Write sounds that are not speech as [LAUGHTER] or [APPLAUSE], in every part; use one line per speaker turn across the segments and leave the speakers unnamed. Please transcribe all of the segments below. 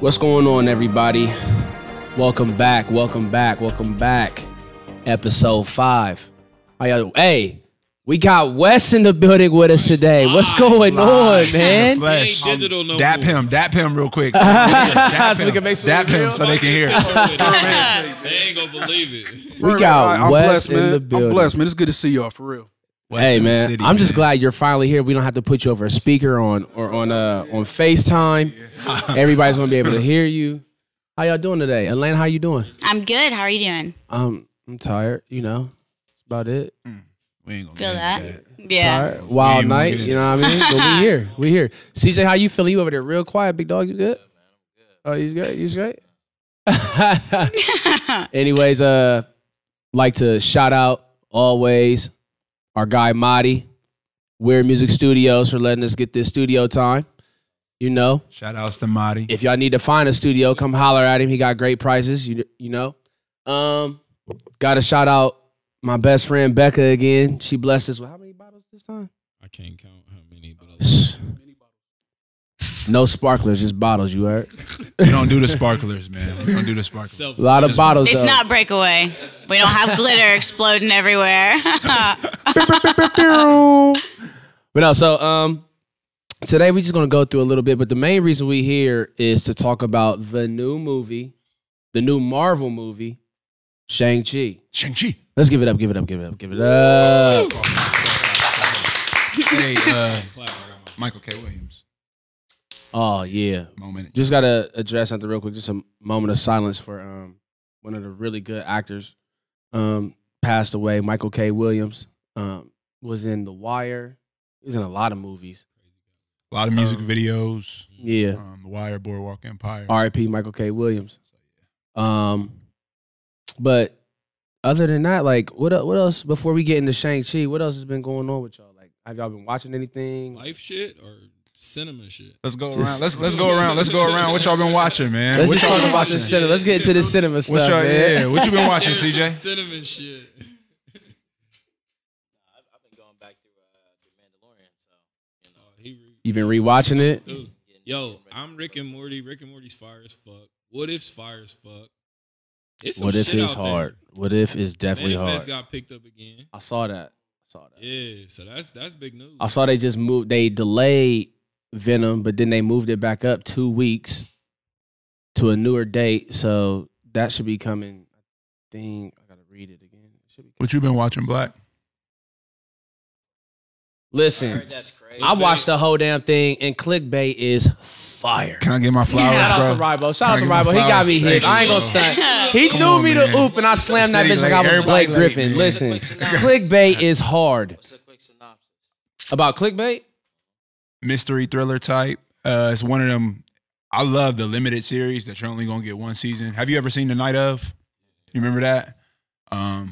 What's going on, everybody? Welcome back, welcome back, welcome back. Episode five. How y'all- Hey, we got Wes in the building with us today. What's going on, man?
Flesh.
He ain't digital no
dap
more.
him, dap him
[LAUGHS]
real quick. dap
So we
him,
can make sure
dap
we
him
real.
so they can hear. us.
they ain't gonna believe it.
We got
I'm
Wes
blessed,
in
man.
the building.
I'm blessed, man. It's good to see y'all for real.
West
Hey
in the
man,
city,
I'm just
man.
glad you're finally here. We don't have to put you over a speaker on or on uh on FaceTime. Everybody's gonna be able
[LAUGHS]
to hear you. How y'all doing today? Elaine, how you doing?
I'm good. How are you doing?
Um, I'm tired, you know. That's about it.
We ain't gonna
Feel
get
that?
into
[LAUGHS] Yeah.
Tired. Wild
Yeah, we'll
night,
get
you know what I mean? But we here. We here. CJ, how you feeling? You over there real quiet, big dog, you good? Oh, you great, you great? [LAUGHS] Anyways, uh, like to shout out always our guy Madi, Weird Music Studios for letting us get this studio time. You know,
Shout outs to Marty.
if y'all need to find a studio, come holler at him. He got great prices. You you know, um, got to shout out my best friend Becca again. She blessed us with how many bottles this time?
[LAUGHS] I can't count how many, but I
No sparklers, just bottles. You heard?
We don't do the sparklers, man. We don't do the sparklers.
self
A lot of bottles.
It's
though.
not breakaway. We don't have glitter exploding everywhere. [LAUGHS]
[LAUGHS] But no, so um, today we're just gonna go through a little bit. But the main reason we here is to talk about the new movie, the new Marvel movie, Shang Chi.
Shang-Chi.
Let's give it up, give it up, give it up, give it up.
Hey, uh, Michael K. Williams.
Oh yeah,
Moment.
just gotta address something real quick. Just a moment of silence for um one of the really good actors um passed away. Michael K. Williams um was in The Wire. He was in a lot of movies.
A lot of music videos.
Yeah.
Um, the Wire, Boardwalk Empire.
R.I.P. Michael K. Williams. Um, but other than that, like what el- what else before we get into Shang Chi? What else has been going on with y'all? Like, have y'all been watching anything?
life shit or cinema shit.
Let's go around. Let's let's go around. Let's go around. What y'all been watching, man?
Let's
what
just
y'all
talk
been
about the
watching?
cinema. Let's get into the cinema
What
stuff,
y'all?
man.
Yeah.
[LAUGHS]
What you been watching,
There's some
CJ?
Cinnamon shit. [LAUGHS] Oh, he re-
You been rewatching it?
dude. Yo, I'm Rick and Morty. Rick and Morty's fire as fuck. What if's fire as fuck? It's some
What if
shit
is
out there.
hard? What if is definitely hard?
Manifest got picked up again.
I saw that. I saw that.
Yeah, so that's that's big news.
I saw they just moved. They delayed Venom, but then they moved it back up two weeks to a newer date. So that should be coming. I think I gotta read it again. It should be
What you been watching, Black?
Listen, I watched the whole damn thing, and clickbait is fire.
Can I get my flowers,
Shout out to
bro?
Ribo. Shout out to
Can I
Ribo.
get
He
my
got me
flowers?
hit. I ain't gonna
Thank
[LAUGHS]
stunt. He
Come
threw
on,
me
man.
the oop, and I slammed that
City
bitch like I
late.
was
Everybody
Blake
late,
Griffin.
man.
Listen, clickbait is hard. About clickbait?
mystery thriller type. Uh, it's one of them. I love the limited series that you're only gonna get one season. Have you ever seen The Night of? You remember that? Um,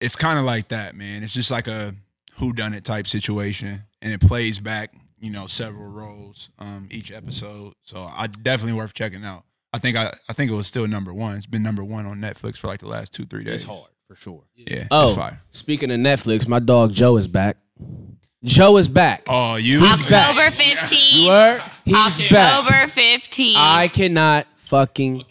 it's kind of like that, man. It's just like a who done it type situation, and it plays back, you know, several roles um, each episode. So I definitely worth checking out. I think I, I think it was still number one. It's been number one on Netflix for like the last two three days.
It's hard for sure.
Yeah. It's
Oh,
fire.
speaking of Netflix, my dog Joe is back. Joe is back.
Oh, you
October 15th.
Word? He's back.
October 15th.
I cannot fucking
Now,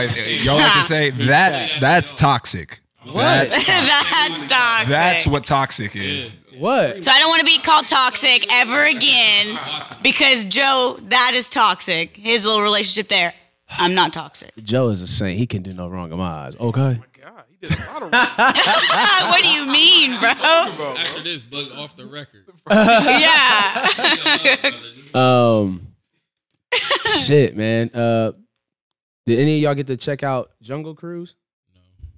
wait.
y'all like
[LAUGHS]
to say that's that's toxic. That's
[LAUGHS] That's toxic.
That's what toxic is.
What?
so I don't want to be called toxic ever again because Joe, that is toxic. His little relationship there. I'm not toxic. [LAUGHS]
Joe is a saint. He can do no wrong in my eyes. Okay.
God, he did a lot of wrong.
what do you mean, bro? [LAUGHS]
After this, bug off the record.
Yeah. [LAUGHS]
Um, shit, man. Uh, did any of y'all get to check out Jungle Cruise? No.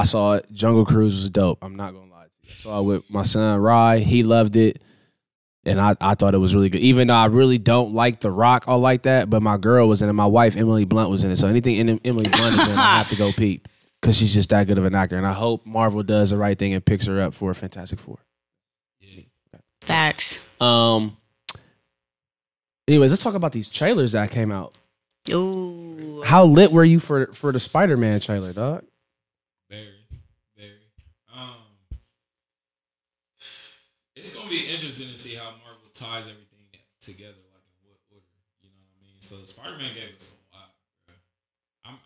I saw it. Jungle Cruise was dope. I'm not gonna lie. To you. I saw it with my son Rye. He loved it, and I, I thought it was really good. Even though I really don't like The Rock or like that, but my girl was in it. My wife Emily Blunt was in it. So anything in Emily Blunt is in, I have to go peep because she's just that good of an actor. And I hope Marvel does the right thing and picks her up for Fantastic Four.
Facts.
Um. Anyways, let's talk about these trailers that came out.
Ooh.
How lit were you for for the Spider Man trailer, dog?
Very, very. Um, it's gonna be interesting to see how Marvel ties everything together, like in what order. You know what I mean? So Spider Man gave us a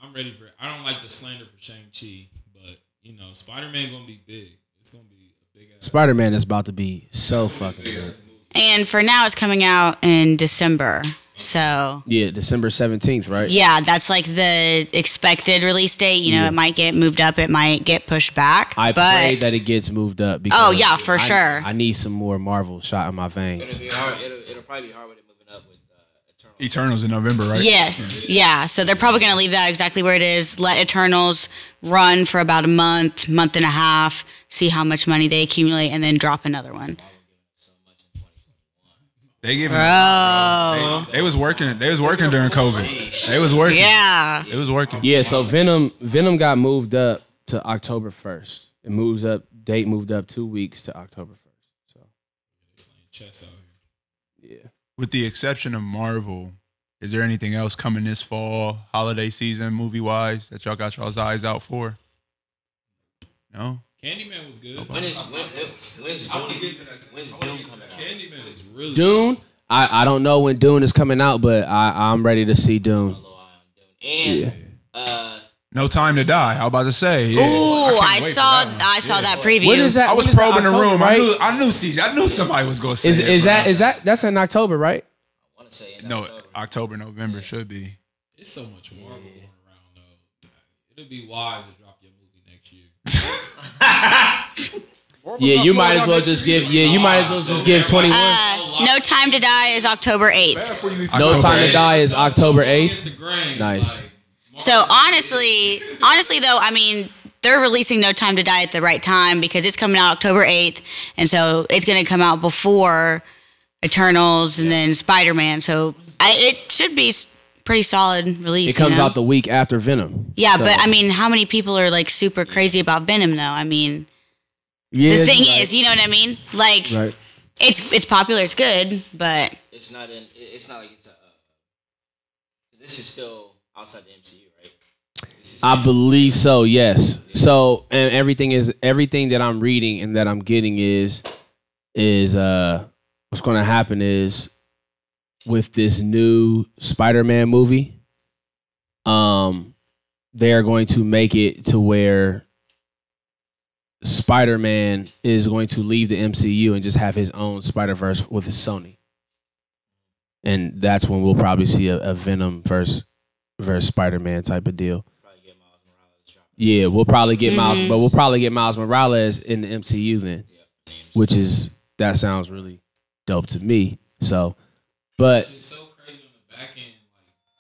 I'm ready for it. I don't like the slander for Shang Chi, but you know, Spider Man gonna be big. It's gonna be a big ass.
Spider Man is about to be so fucking
big
oh, good.
ass movie.
And for now, it's coming out in December. So
Yeah, December seventeenth, right?
yeah, that's like the expected release date. You know, it might get moved up, it might get pushed back.
I
but Oh,
pray that it gets moved up because
yeah, for
I-
sure.
I need some more Marvel shot in my veins.
It'll, be hard, it'll, it'll probably be hard with it moving up with uh, Eternal.
Eternals in November, right?
Yes. Yeah. So they're probably going to leave that exactly where it is. Let Eternals run for about a month, month and a half, see how much money they accumulate, and then drop another one.
They giving.
Oh.
They, they was working. They was working during COVID. They was working.
Yeah.
It was working.
Yeah, so Venom Venom got moved up to October first. It moves up date moved up two weeks to October first. So
Chess out here.
With the exception of Marvel, is there anything else coming this fall, holiday season, movie wise, that y'all got y'all's eyes out for? No.
Candyman was good.
When is when, when, when's Doom? When's Doom coming out?
Candyman is really
Dune, I, I don't know when Dune is coming out, but I, I'm ready to see Dune.
And uh,
No time to die. I was about to say. Yeah.
Ooh,
can't
I,
wait for
saw
that one.
I saw that preview.
When is that?
I was
when is that
probing the
October,
room. I
right?
knew. I knew. CJ. I knew somebody was gonna say.
Is
it,
is
bro.
that is that that's in October, right?
I want to say in
No,
October.
October, November should be.
It's so much Marvel going around though. It'll be wise to drop your movie next year.
Yeah, you might as well just give. Yeah, you might as well just give 21.
Uh, no Time to Die is October 8th.
No
October
time to die is October 8th.
Against the grain.
Nice.
Like,
So honestly, honestly though, I mean, they're releasing No Time to Die at the right time because it's coming out October 8th. And so it's going to come out before Eternals and then Spider Man. So I, it should be s- pretty solid release.
It comes
you know?
out the week after Venom.
Yeah,
So-
but I mean, how many people are like super crazy about Venom though? I mean,
Yeah,
the thing
right,
is, you know what I mean? Like,
right?
it's it's popular, it's good, but
It's not in. it- It's not like it's a. Uh, this is still outside the MCU, right?
I believe so. Yes. So and everything is everything that I'm reading and that I'm getting is is uh what's going to happen is with this new Spider-Man movie. Um, they are going to make it to where Spider-Man is going to leave the MCU and just have his own Spider-Verse with his Sony. And that's when we'll probably see a, a Venom versus versus Spider-Man type of deal.
Probably get Miles Morales dropping.
Yeah, we'll probably get Miles,
Mhm.
but we'll probably get Miles Morales in the MCU then, which is that sounds really dope to me. So, but
It's so crazy on the back end,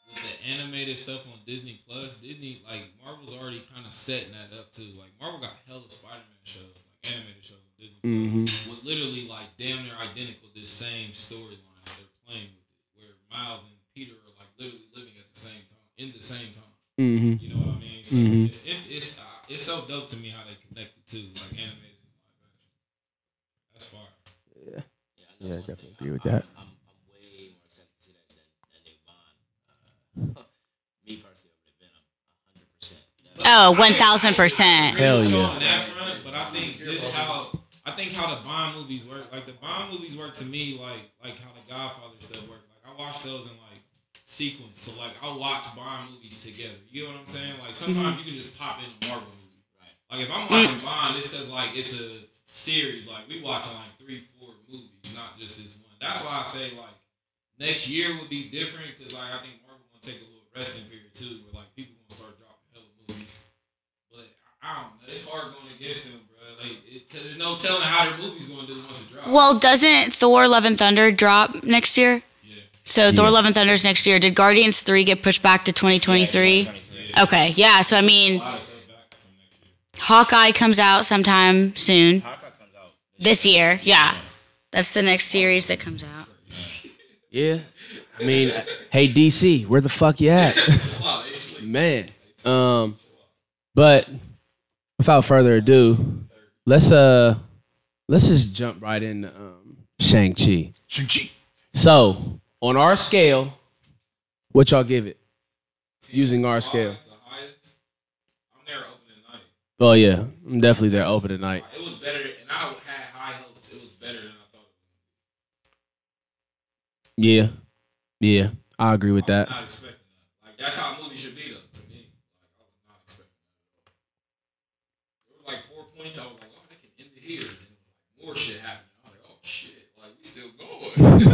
like with the animated stuff on Disney Plus. Disney, like Marvel's already kind of setting that up too. Like Marvel got hella Spider-Man shows, like animated shows on Disney Plus, with literally like damn near identical this same storyline that they're playing with, it, where Miles and Peter are like literally living at the same time in the same time.
mm-hmm.
You know what I mean? So it's it's it's, uh, it's so dope to me how they connected too, like animated. and live action. That's fire.
yeah, I definitely agree with that.
I'm, I'm way more excited to see that than, than they Bond. Uh, [LAUGHS] me personally, I would have been hundred percent.
oh, 1000%.
Hell
So
yeah!
on that front, but I think just how I think how the Bond movies work, like the Bond movies work to me, like like how the Godfather stuff work. Like I watch those in like sequence, so like I watch Bond movies together. You know what I'm saying? Like sometimes
Mm-hmm.
you can just pop in a Marvel movie. Like if I'm
Mm.
watching Bond, it's because like it's a series. Like we watching like three, four movies, not just this one. That's why I say like next year will be different because like I think Marvel gonna take a little resting period too, where like people gonna start dropping hella movies. But I don't know. It's hard going against them, bro. Like because there's no telling how their movies gonna do once it drops.
Well, doesn't Thor: Love and Thunder drop next year? So Thor: Love and Thunder's next year. Did Guardians three get pushed back to 2023? Okay, yeah. So I mean, Hawkeye comes out sometime soon. Hawkeye comes out this year. Yeah, that's the next series that comes out.
Yeah, I mean, hey DC, where the fuck you at, [LAUGHS] man? Um, but without further ado, let's uh, let's just jump right into um, Shang Chi.
Shang-Chi.
So on our scale, what y'all give it? Using our scale.
the highest. I'm there opening night.
Oh yeah, I'm definitely there open tonight.
It was better, and I had high hopes. It was better than I thought.
Yeah, yeah, I agree with that. Uh,
Not expecting that. Like that's how a movie should be, though. To me, points, I was like, oh, that can end it here. And it was like more shit happened. I was like, oh shit, like we still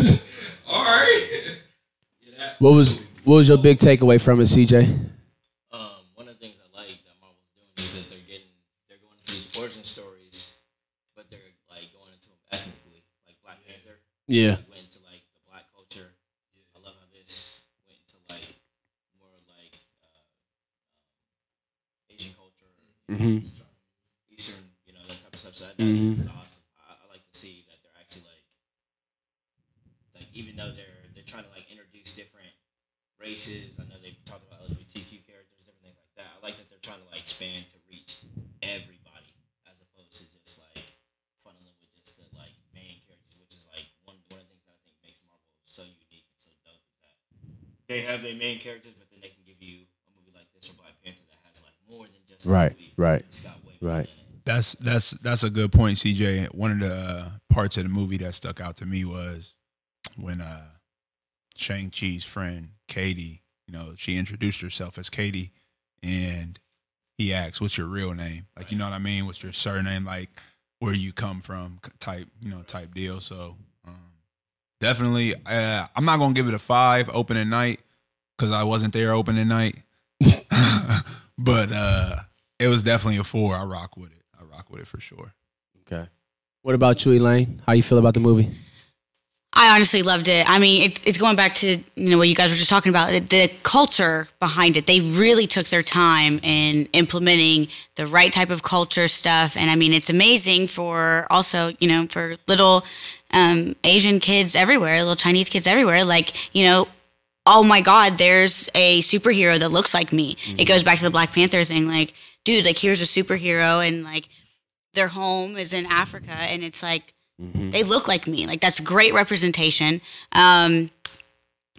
going. [LAUGHS] All right. yeah, that,
What was what was your big takeaway from it, CJ?
Um, one of the things I like that Marvel's doing is that they're getting they're going into these origin stories, but they're like going into them ethnically, like Black Panther.
Yeah.
Went into like the black culture. I love how this went into like more like uh, um, Asian culture,
Mm-hmm.
Eastern, you know, that type of stuff. So I
Mhm.
think it's awesome. I, I like to see that they're actually like, like even though they're they're trying to like introduce different races. I know they've talked about LGBTQ characters, different things like that. I like that they're trying to like expand to reach everybody as opposed to just like funneling with just the like main characters, which is like one one of the things that I think makes Marvel so unique and so dope is that they have their main characters, but then they can give you a movie like this or Black Panther that has like more than just a
Right,
movie.
right,
It's got way more
right.
in it.
That's that's that's a good point, CJ. One of the uh, parts of the movie that stuck out to me was when uh, Shang Chi's friend Katie, you know, she introduced herself as Katie, and he asked, "What's your real name?" Like, you know what I mean? What's your surname? Like, where you come from? c- Type, you know, type deal. So, um, definitely, uh, I'm not gonna give it a five opening night because I wasn't there opening night, [LAUGHS] but. uh it was definitely a four. I rock with it. I rock with it for sure.
Okay. What about you, Elaine? How you feel about the movie?
I honestly loved it. I mean, it's it's going back to you know what you guys were just talking about. The culture behind it. They really took their time in implementing the right type of culture stuff, and I mean, it's amazing for also you know for little um, Asian kids everywhere, little Chinese kids everywhere. Like you know, oh my god there's a superhero that looks like me
Mm-hmm.
it goes back to the black panther thing like dude like here's a superhero and like their home is in africa and it's like
Mm-hmm.
they look like me like that's great representation um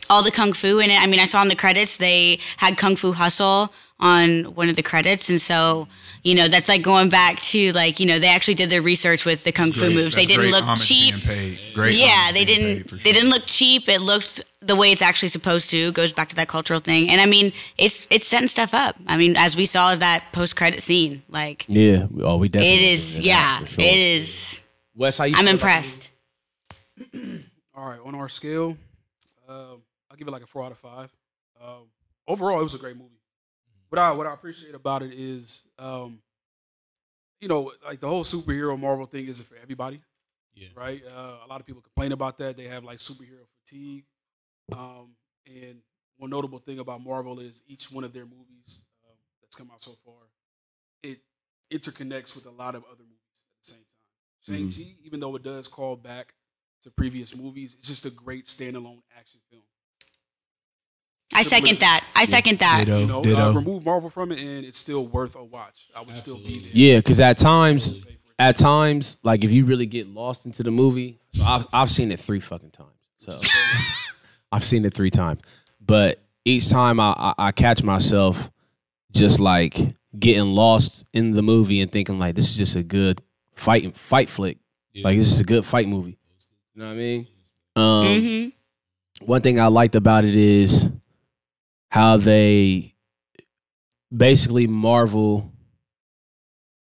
all the kung fu in it i mean i saw in the credits they had kung fu hustle on one of the credits and so you know that's like going back to like you know they actually did their research with the kung fu
Great.
moves
That's
they didn't
great
look
homage
cheap
being paid. Great
yeah
homage
they
being
didn't
paid for
they
sure.
didn't look cheap it looked the way it's actually supposed to goes back to that cultural thing and i mean it's it's setting stuff up i mean as we saw is that post-credit scene like
Yeah. Oh, we definitely.
it is yeah it is
Wes, how you?
i'm
feel about-
impressed
All right, on our scale, um, I'll give it like a four out of five. Um, overall, it was a great movie. What I what I appreciate about it is, um, you know, like the whole superhero Marvel thing isn't for everybody,
Yeah.
right? Uh, a lot of people complain about that. They have like superhero fatigue. Um, and one notable thing about Marvel is each one of their movies um, that's come out so far, it interconnects with a lot of other movies at the same time. Shang Chi, even though it does call back to previous movies, it's just a great standalone action film.
i second that i second that
Ditto,
You know,
ditto.
uh, remove Marvel from it, and it's still worth a watch. I would still be there.
Yeah, because at times, at times, like if you really get lost into the movie, so I've I've seen it three fucking times. So I've seen it three times, but each time I, I I catch myself just like getting lost in the movie and thinking like this is just a good fight fight flick. Like this is a good fight movie. You know what I mean? Um,
hmm
one thing I liked about it is how they basically Marvel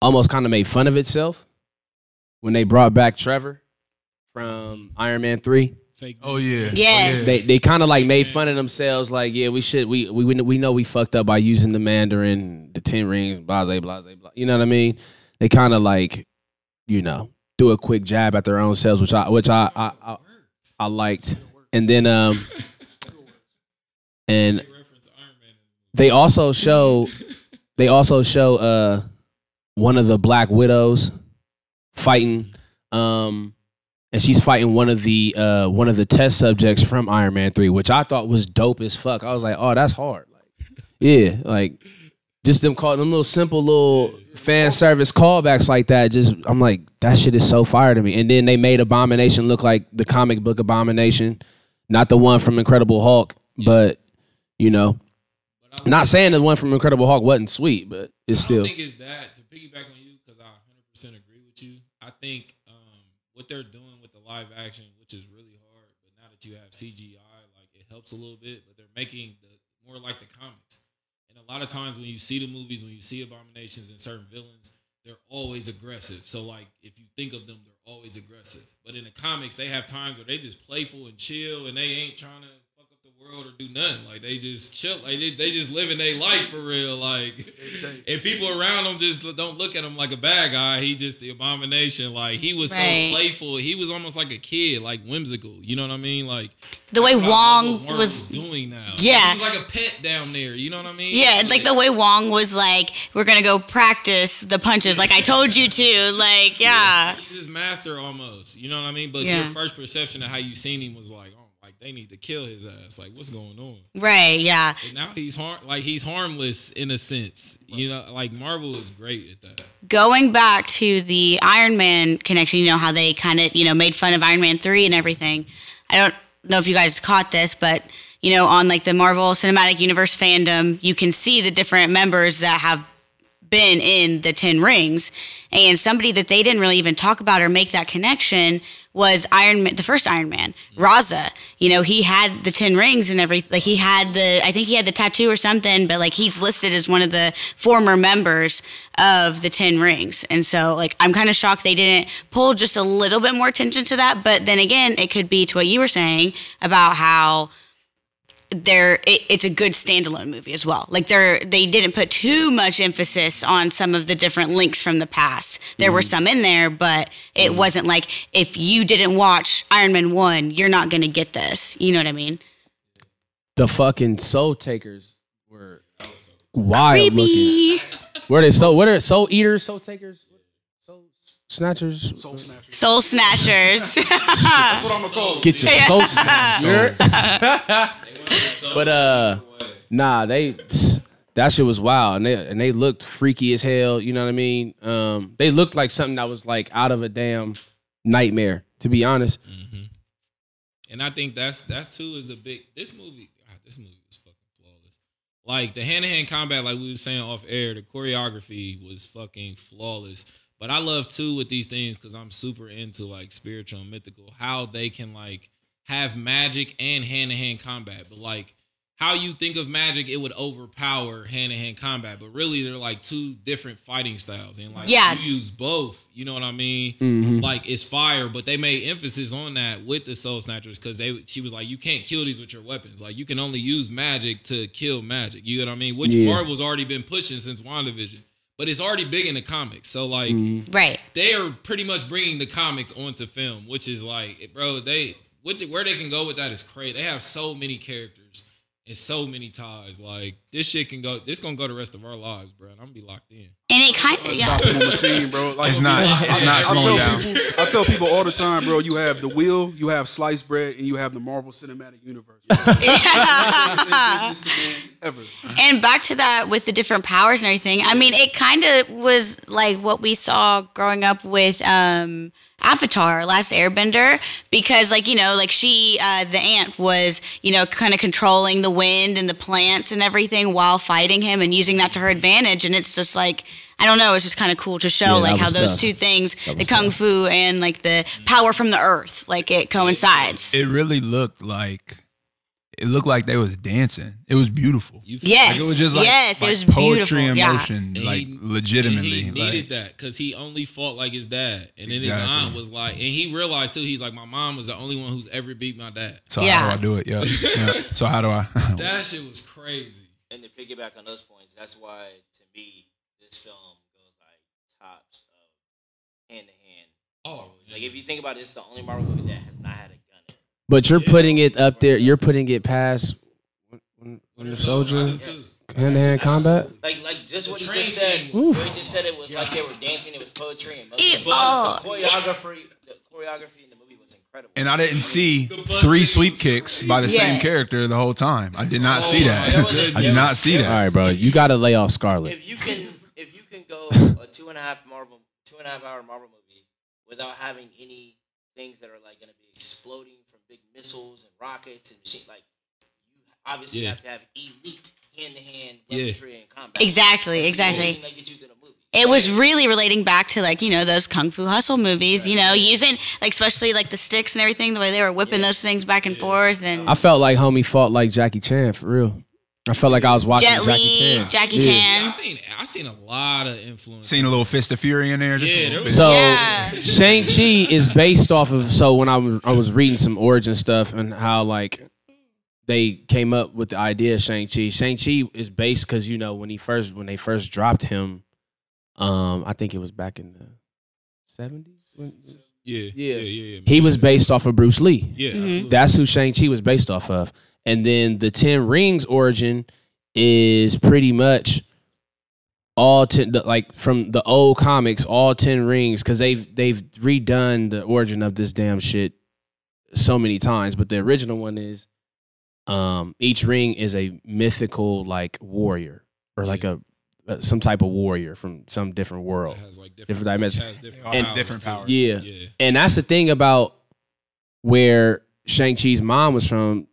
almost kind of made fun of itself when they brought back Trevor from Iron Man 3.
fake.
Oh yeah.
Yes.
Oh, yeah.
They they kind of like made fun of themselves like yeah, we should we we we know we fucked up by using the Mandarin, the 10 rings, blah blah blah blah. blah. You know what I mean? They kind of like you know, do a quick jab at their own selves which I which I I, I, I liked. And then
[LAUGHS]
um and
They reference Iron Man.
they also show they also show uh one of the black widows fighting um and she's fighting one of the uh one of the test subjects from Iron Man 3 which I thought was dope as fuck. I was like, "Oh, that's hard." Like yeah, like just them call them little simple little fan service callbacks like that just I'm like, "That shit is so fire to me." And then they made Abomination look like the comic book Abomination, not the one from Incredible Hulk, but you know, not saying the one from Incredible Hulk wasn't sweet, but it's
I
still.
don't think it's that. To piggyback on you, because I 100% agree with you. I think um, what they're doing with the live action, which is really hard, but now that you have CGI, like it helps a little bit. But they're making the more like the comics. And a lot of times when you see the movies, when you see abominations and certain villains, they're always aggressive. So like if you think of them, they're always aggressive. But in the comics, they have times where they just playful and chill, and they ain't trying to fuck up the world or do nothing. Like they just chill, like they, they just living their life for real. Like [LAUGHS] and people around them just don't look at him like a bad guy. He just the abomination. Like he was
Right.
so playful. He was almost like a kid, like whimsical. You know what I mean? Like
The way
that's what I love
Wong
what
was
doing now.
Yeah.
he was like a pet down there. You know what I mean?
Yeah, like the way Wong was like, we're gonna go practice the punches, like I told you to. Like, yeah.
he's his master almost. You know what I mean? But your
Yeah.
first perception of how you seen him was like, oh, like they need to kill his ass. Like what's going on?
Right, yeah.
And now he's harm, like he's harmless in a sense. You know, like Marvel is great at that.
Going back to the Iron Man connection, you know, how they kind of, you know, made fun of Iron Man 3 and everything. I don't know if you guys caught this, but, you know, on like the Marvel Cinematic Universe fandom, you can see the different members that have been in the Ten Rings, and somebody that they didn't really even talk about or make that connection was Iron Man, the first Iron Man, Raza. You know, he had the Ten Rings and everything. Like he had the, I think he had the tattoo or something, but like he's listed as one of the former members of the Ten Rings, and so like I'm kind of shocked they didn't pull just a little bit more attention to that. But then again, it could be to what you were saying about how they're it, it's a good standalone movie as well. Like they're they didn't put too much emphasis on some of the different links from the past. There were some in there, but it wasn't like if you didn't watch Iron Man one, you're not gonna get this. You know what I mean?
The fucking soul takers were wild looking.
Creepy
Were they so? What are soul eaters? Soul takers? Soul snatchers?
Soul Snatcher.
soul snatchers. [LAUGHS]
That's what I'm gonna call. it.
Get your soul snatched. [LAUGHS] but uh, nah, they that shit was wild, and they and they looked freaky as hell. You know what I mean? Um, they looked like something that was like out of a damn nightmare. To be honest,
Mm-hmm. And I think that's that's too is a big this movie. God, this movie is fucking flawless. Like the hand to hand combat, like we were saying off air, the choreography was fucking flawless. But I love too with these things because I'm super into like spiritual and mythical, how they can like have magic and hand to hand combat. But like how you think of magic, it would overpower hand to hand combat. But really, they're like two different fighting styles. And like,
Yeah.
you use both. You know what I mean?
Mhm.
like it's fire, but they made emphasis on that with the soul snatchers because they she was like, you can't kill these with your weapons. Like you can only use magic to kill magic. You know what I mean? Which
Yeah.
Marvel's already been pushing since WandaVision, but it's already big in the comics. So like
right.
they are pretty much bringing the comics onto film, which is like, bro, they what the, where they can go with that is crazy. They have so many characters and so many ties. Like this shit can go. This gonna go the rest of our lives, bro. And I'm gonna be locked in.
And it kind of yeah.
Stopping the
[LAUGHS]
machine, bro. Like,
It's
[LAUGHS]
not- it's not slowing down.
People, I tell people all the time, bro. You have the wheel, you have sliced bread, and you have the Marvel Cinematic Universe.
[LAUGHS]
It's the man ever.
And back to that with the different powers and everything. I mean, it kind of was like what we saw growing up with um, Avatar, Last Airbender, because like you know, like she, uh, the ant, was you know kind of controlling the wind and the plants and everything while fighting him and using that to her advantage. And it's just like I don't know, it's just kind of cool to show
that
like how
was
those
tough.
two things, the kung fu and like the power from the earth, like it coincides.
It really looked like it looked like they was dancing. It was beautiful.
You feel-
yes,
Like, it was just like,
yes,
like
it was
poetry
beautiful.
in
yeah.
motion,
And
like
he- and
legitimately.
He
like,
needed that because he only fought like his dad, and then his
Exactly.
aunt was like, and he realized too. He's like, my mom was the only one who's ever beat my dad.
so
Yeah.
how do I do it?
[LAUGHS]
Yeah. yeah. So how do I? [LAUGHS]
That shit was crazy.
And to piggyback on those points, that's why to me this film goes like tops of hand to hand.
Oh,
Like if you think about it, it's the only Marvel movie that has not had a gun in it.
but you're putting it up there. You're putting it past Winter Soldier hand to hand combat.
Like like just what he
train
just said.
scene
What
was
he just said it was like they were dancing. It was poetry and motion.
Ew.
But
Oh.
the choreography, the choreography in the movie was incredible.
and I didn't see
bus
three
scene
sweep
was
kicks by the same
Yeah.
character the whole time. I did not
Oh
see
my
that.
goodness.
[LAUGHS] I did not see
All
that.
right, bro, you got to lay off Scarlet.
if you can if you can go a two and a half Marvel two and a half hour Marvel movie without having any things that are like going to be exploding from big missiles and rockets and machine like you obviously
Yeah.
have to have elite hand to hand
Yeah.
weaponry and combat.
Exactly, exactly.
That gets you through the movie.
it was really relating back to like you know those kung fu hustle movies you know using like especially like the sticks and everything the way they were whipping those things back and forth and
I felt like homie fought like Jackie Chan for real. I felt like I was watching
Jet
Jackie
Li,
Chan.
Jackie
Yeah.
Chan.
I seen I seen a lot of influence.
Seen a little fist of fury in there. Just
Yeah,
a
there
little
was-
bit.
So Shang
Yeah.
Chi is based off of. So when I was I was reading some origin stuff and how like they came up with the idea of Shang Chi. Shang Chi is based because you know when he first when they first dropped him, um, I think it was back in the seventies.
Yeah,
Yeah.
yeah, yeah, yeah.
He was based off of Bruce Lee.
yeah,
Mhm.
absolutely.
That's who Shang Chi was based off of. And then the Ten Rings origin is pretty much all ten, the, like from the old comics, all ten rings, because they've they've redone the origin of this damn shit so many times. But the original one is, um, each ring is a mythical like warrior or like a, a some type of warrior from some different world.
It has like different,
Different
different
dimensions.
Has different
And
powers
different
too.
powers.
Yeah.
yeah.
And that's the thing about where Shang-Chi's mom was from,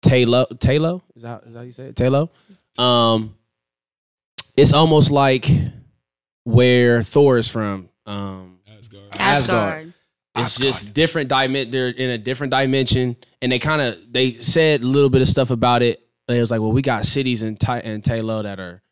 Taylor. Taylor? Is that, is that how you say it? Taylor? Um, it's almost like where Thor is from. Um,
Asgard.
Asgard.
Asgard.
it's just different dimension. They're in a different dimension, and they kind of they said a little bit of stuff about it. It was like, well, we got cities in Ty- in Taylor that are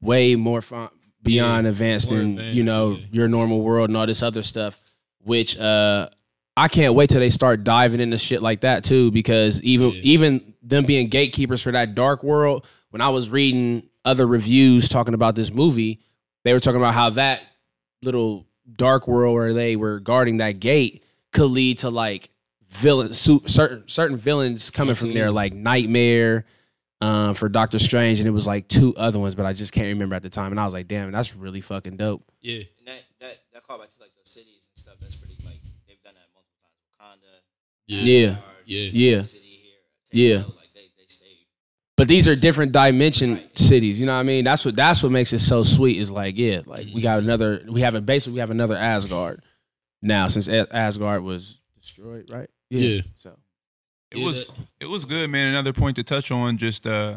way more fun, beyond
Yeah,
advanced
more
than
advanced,
you know
yeah.
your normal world and all this other stuff. Which uh, I can't wait till they start diving into shit like that too, because even
Yeah.
even them being gatekeepers for that dark world. When I was reading other reviews talking about this movie, they were talking about how that little dark world where they were guarding that gate could lead to like villain su- certain certain villains coming from there,
Absolutely.
like Nightmare um, for Doctor Strange, and it was like two other ones, but I just can't remember at the time. And I was like, damn, that's really fucking dope.
Yeah,
And that that that callback to like those cities and stuff. That's pretty like they've done that multiple times. Wakanda,
yeah,
Yeah,
Guard,
yeah.
yeah.
City here, Taylor,
Yeah.
Like they they stay.
But these are different dimension cities. You know what I mean? That's what that's what makes it so sweet. Is like, yeah, like we got another. We have a basically we have another Asgard now since A- Asgard was destroyed, right?
Yeah.
So
it
Yeah,
was
that-
it was good, man. Another point to touch on, just uh,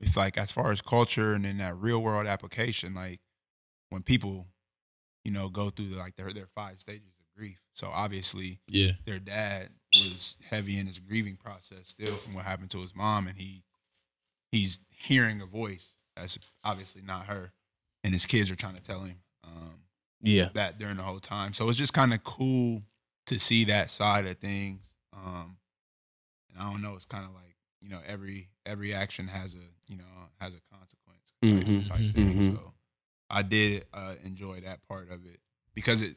it's like as far as culture and then that real world application, like when people, you know, go through like their their five stages of grief. So obviously,
yeah.
their dad was heavy in his grieving process still from what happened to his mom, and he he's hearing a voice that's obviously not her, and his kids are trying to tell him. Um,
yeah,
that during the whole time. So it's just kind of cool to see that side of things. Um, and I don't know, it's kind of like you know every every action has a you know has a consequence
Mhm,
type, type thing.
mhm.
So I did uh, enjoy that part of it because it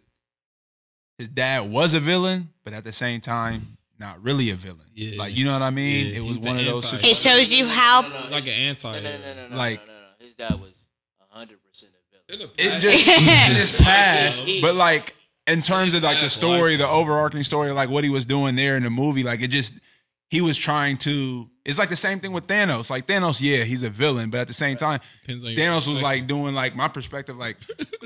his dad was a villain, but at the same time not really a villain.
Yeah.
Like you know what I mean?
Yeah,
it was
he's the
one of those
anti-
It
situations-
shows you how
It's like an anti.
No, no, no, no, no,
Like-
no, no, no. His dad was hundred percent a villain.
[LAUGHS]
it just
Yeah.
just passed. But like in terms of like the
That's
story,
life.
the overarching story, like what he was doing there in the movie, like it just he was trying to. It's like the same thing with Thanos. Like Thanos, yeah, he's a villain, but at the same time,
Depends on your
Thanos was
perspective.
like doing like my
[LAUGHS]
perspective. Like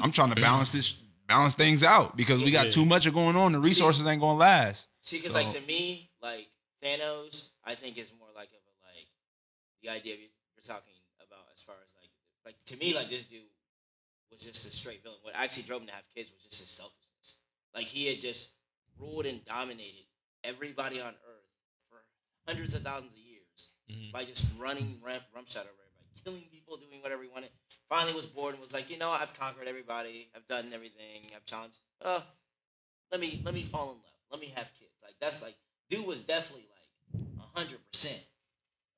I'm trying to balance this, balance things out because we got
Yeah.
too much of going on. The resources ain't gonna last.
See, 'cause,
So-
like to me, like Thanos, I think is more like of a like the idea of you're talking about as far as like like to me, like this dude was just a straight villain. What actually drove him to have kids was just his selfishness. Like he had just ruled and dominated everybody on Earth for hundreds of thousands of years
Mhm.
by just running ramp, rumpshot over everybody, killing people, doing whatever he wanted. Finally, was bored and was like, you know, what? I've conquered everybody. I've done everything. I've challenged. Uh, let me let me fall in love. Let me have kids. Like that's like dude was definitely like hundred percent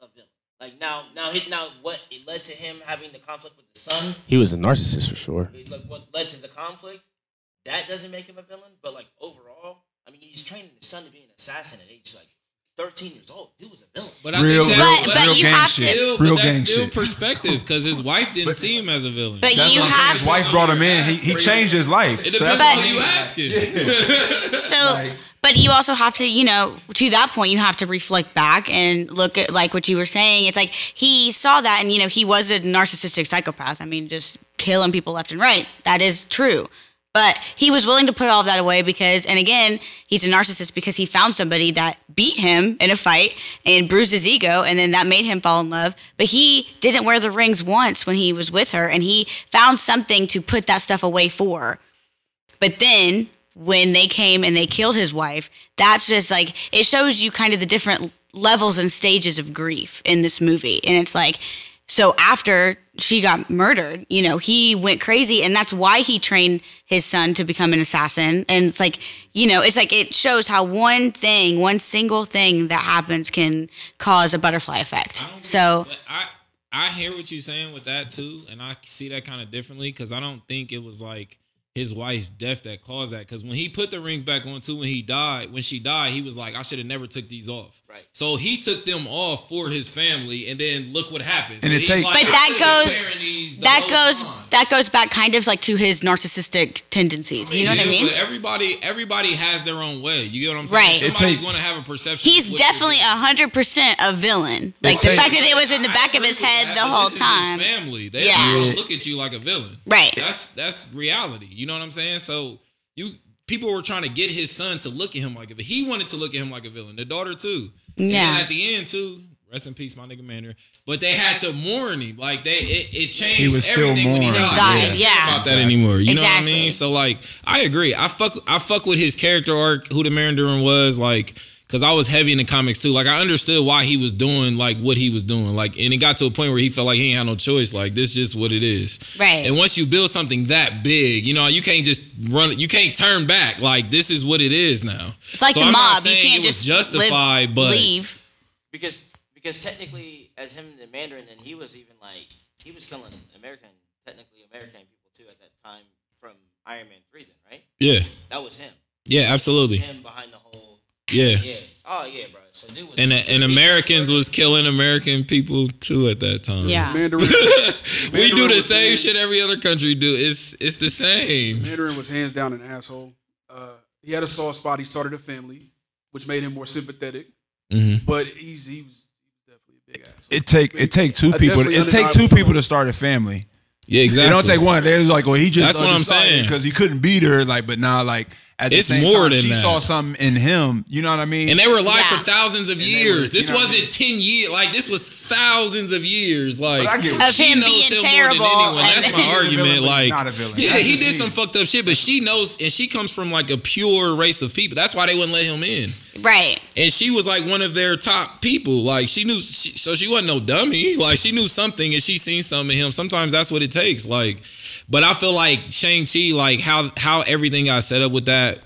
a villain. Like now now hit now what it led to him having the conflict with the son.
he was a narcissist for sure.
It, like what led to the conflict. That doesn't make him a villain, but like overall, I mean, he's training his son to be an assassin at age like thirteen years old. Dude was a villain.
But I
Real-
think
But,
that,
but,
that's
you
gang
have
shit.
to.
still,
Real
but that's
gang
still
shit.
perspective because his wife didn't see him as a villain.
But
That's
you
what I'm saying.
have
His wife brought him in. He, he changed his life.
it
So
depends
that's
on
But-
who you
[LAUGHS]
asking.
So, but you also have to, you know, to that point, you have to reflect back and look at like what you were saying. It's like he saw that, and you know, he was a narcissistic psychopath. I mean, just killing people left and right. That is true. But he was willing to put all of that away because, and again, he's a narcissist because he found somebody that beat him in a fight and bruised his ego, and then that made him fall in love. But he didn't wear the rings once when he was with her, and he found something to put that stuff away for. But then when they came and they killed his wife, that's just like it shows you kind of the different levels and stages of grief in this movie. And it's like, so after she got murdered, you know, he went crazy. And that's why he trained his son to become an assassin. And it's like, you know, it's like it shows how one thing, one single thing that happens can cause a butterfly effect.
I don't
So,
But I I hear what you're saying with that too, and I see that kind of differently because I don't think it was like his wife's death that caused that. Because when he put the rings back on too, when he died, when she died, he was like, I should have never took these off.
Right.
So he took them off for his family, and then look what happens.
And it take-
but that
goes
goes that goes that goes back kind of like to his narcissistic tendencies. You know what I
Yeah,
mean?
But everybody, everybody has their own way. You get what I'm saying?
Right. It
Somebody's
take-
going to have a perception.
He's
of what you're
definitely
doing.
hundred percent a villain. Like the
take-
fact that it was in the
I
back of
agree
his
with
head
that,
the
but
whole
this is
time.
His family, they
Yeah.
don't look at you like a villain.
Right.
That's that's reality. You know what I'm saying? So you people were trying to get his son to look at him like a he wanted to look at him like a villain. The daughter too. And then
Yeah.
at the end too. Rest in peace, my nigga Mander. But they had to mourn him. Like they, it, it changed
was still
everything when he
mourned,
died.
Died,
They didn't care
yeah.
About that anymore. You know what I
Exactly.
mean? So like, I agree. I fuck, I fuck with his character arc, who the Mander was. Like, cause I was heavy in the comics too. Like, I understood why he was doing like what he was doing. Like, and it got to a point where he felt like he ain't had no choice. Like, this just what it is.
Right.
And once you build something that big, you know, you can't just run. You can't turn back. Like, this is what it is now.
It's like
So
the
I'm not
mob. You
saying
can't
it was
just
justified,
live,
but
leave.
because because technically, as him the Mandarin, and he was even like he was killing American, technically American people too at that time from Iron Man three, then right?
yeah,
That was him,
yeah, absolutely,
him behind the whole
yeah.
yeah. Oh yeah, bro. So dude was
And and Americans was killing American people too at that time.
Yeah.
Mandarin,
[LAUGHS] we do
Mandarin
the
was
same
saying-
shit every other country do. It's it's the same.
Mandarin was hands down an asshole. Uh, he had a soft spot. He started a family, which made him more sympathetic.
Mm-hmm.
But he's he was definitely a big asshole.
It take it take two
I
people.
definitely
It take two
undeniable.
people to start a family.
Yeah, exactly.
They don't take one. They're like, well, he just
That's what I'm saying.
because he couldn't beat her. Like, but nah, like at the
It's
same
more
time,
than
she
that.
saw something in him. You know what I mean?
And they were alive
Yeah.
for thousands of
they were-
years. this
you know what I
wasn't ten years. Like this was thousands of years. Like
But I get-
Of him being terrible
That's
and- [LAUGHS]
my
He's a villain,
argument.
but
Like
he's not a villain.
yeah,
That's
he
just
did
me.
some fucked up shit, but she knows, and she comes from like a pure race of people. That's why they wouldn't let him in.
Right.
and she was like one of their top people. Like she knew, she, so she wasn't no dummy. [LAUGHS] Like she knew something, and she seen something in him. Sometimes that's what it takes. Like, but I feel like Shang Chi, like how how everything got set up with that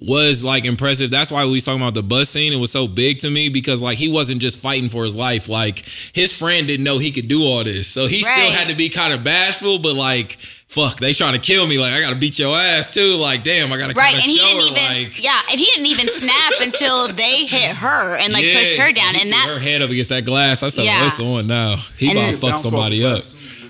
was like impressive. That's why we was talking about the bus scene. It was so big to me because like he wasn't just fighting for his life. Like his friend didn't know he could do all this, so he
Right.
still had to be kind of bashful. But like, fuck, they trying to kill me. Like I gotta beat your ass too. Like damn, I gotta
Right.
Kinda
And he
show
didn't
her,
even
like,
Yeah, and he didn't even
[LAUGHS]
snap until they hit her and like
yeah,
pushed her down.
he
And
threw
that
her head up against that glass. I said,
Yeah.
"What's on now? He
And
about to
then-
fuck somebody up."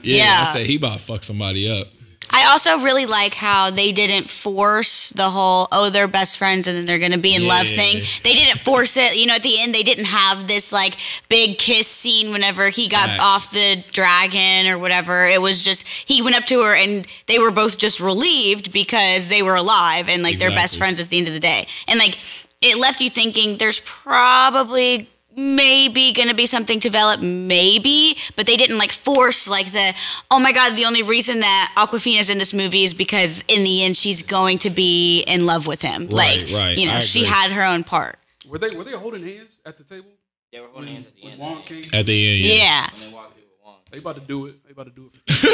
Yeah,
Yeah.
I said he about to fuck somebody up.
I also really like how they didn't force the whole oh they're best friends and then they're gonna be in love
Yeah.
thing. They didn't force it. You know, at the end they didn't have this like big kiss scene whenever he got
Facts.
off the dragon or whatever. It was just he went up to her and they were both just relieved because they were alive and like they're best
Exactly.
friends at the end of the day. And like it left you thinking there's probably maybe gonna be something developed, maybe, but they didn't like force like the oh my god, the only reason that Aquafina's in this movie is because in the end she's going to be in love with him.
Right,
like
right.
you know,
I
she
agree.
had her own part.
Were they were they holding hands at the table
They were holding
when,
hands at the
when
end.
Wong
When
came?
At the end, yeah,
Yeah.
they walked through with Wong.
They about to do it. They about to do it.
He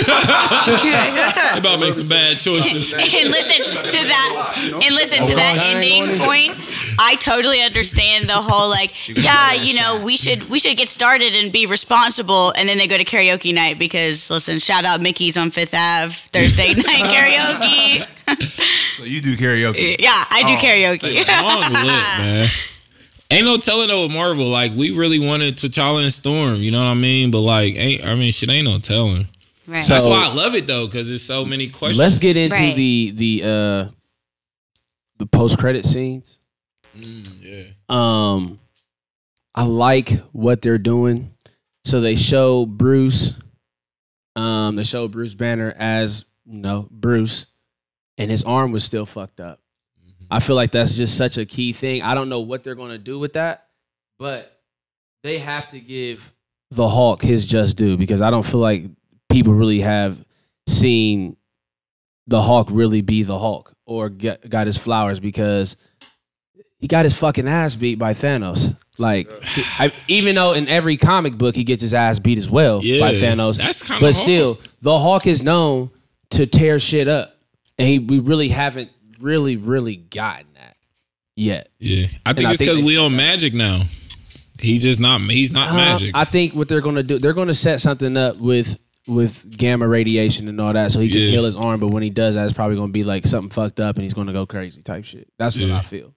about to make
[LAUGHS]
some bad choices.
and listen to that and listen to that ending point i totally understand the whole like yeah you know we should we should get started and be responsible and then they go to karaoke night because listen shout out mickey's on fifth ave thursday night karaoke
so you do karaoke.
yeah i do karaoke
Long lit, man. Ain't no telling though with Marvel. Like we really wanted T'Challa and Storm. You know what I mean? But like, ain't I mean, shit ain't no telling.
[LAUGHS] right.
That's
So-
why I love it though, because there's so many questions.
Let's get into
Right.
the the uh the post credit scenes.
Mm, yeah.
Um, I like what they're doing. So they show Bruce. Um, they show Bruce Banner as you know Bruce, and his arm was still fucked up. I feel like that's just such a key thing. I don't know what they're gonna do with that, but they have to give the Hulk his just due because I don't feel like people really have seen the Hulk really be the Hulk or get, got his flowers because he got his fucking ass beat by Thanos. Like, I, even though in every comic book he gets his ass beat as well by
Yeah,
Thanos,
that's kinda
But
hard.
still, the Hawk is known to tear shit up, and he, we really haven't really really gotten that yet.
Yeah, I think
I think
it's because
they-
we on Magic now. He's just not. He's not
Uh,
Magic.
I think what they're gonna do, they're gonna set something up with with gamma radiation and all that, so he can
Yeah.
heal his arm. But when he does that, it's probably gonna be like something fucked up, and he's gonna go crazy type shit. That's what
Yeah.
I feel.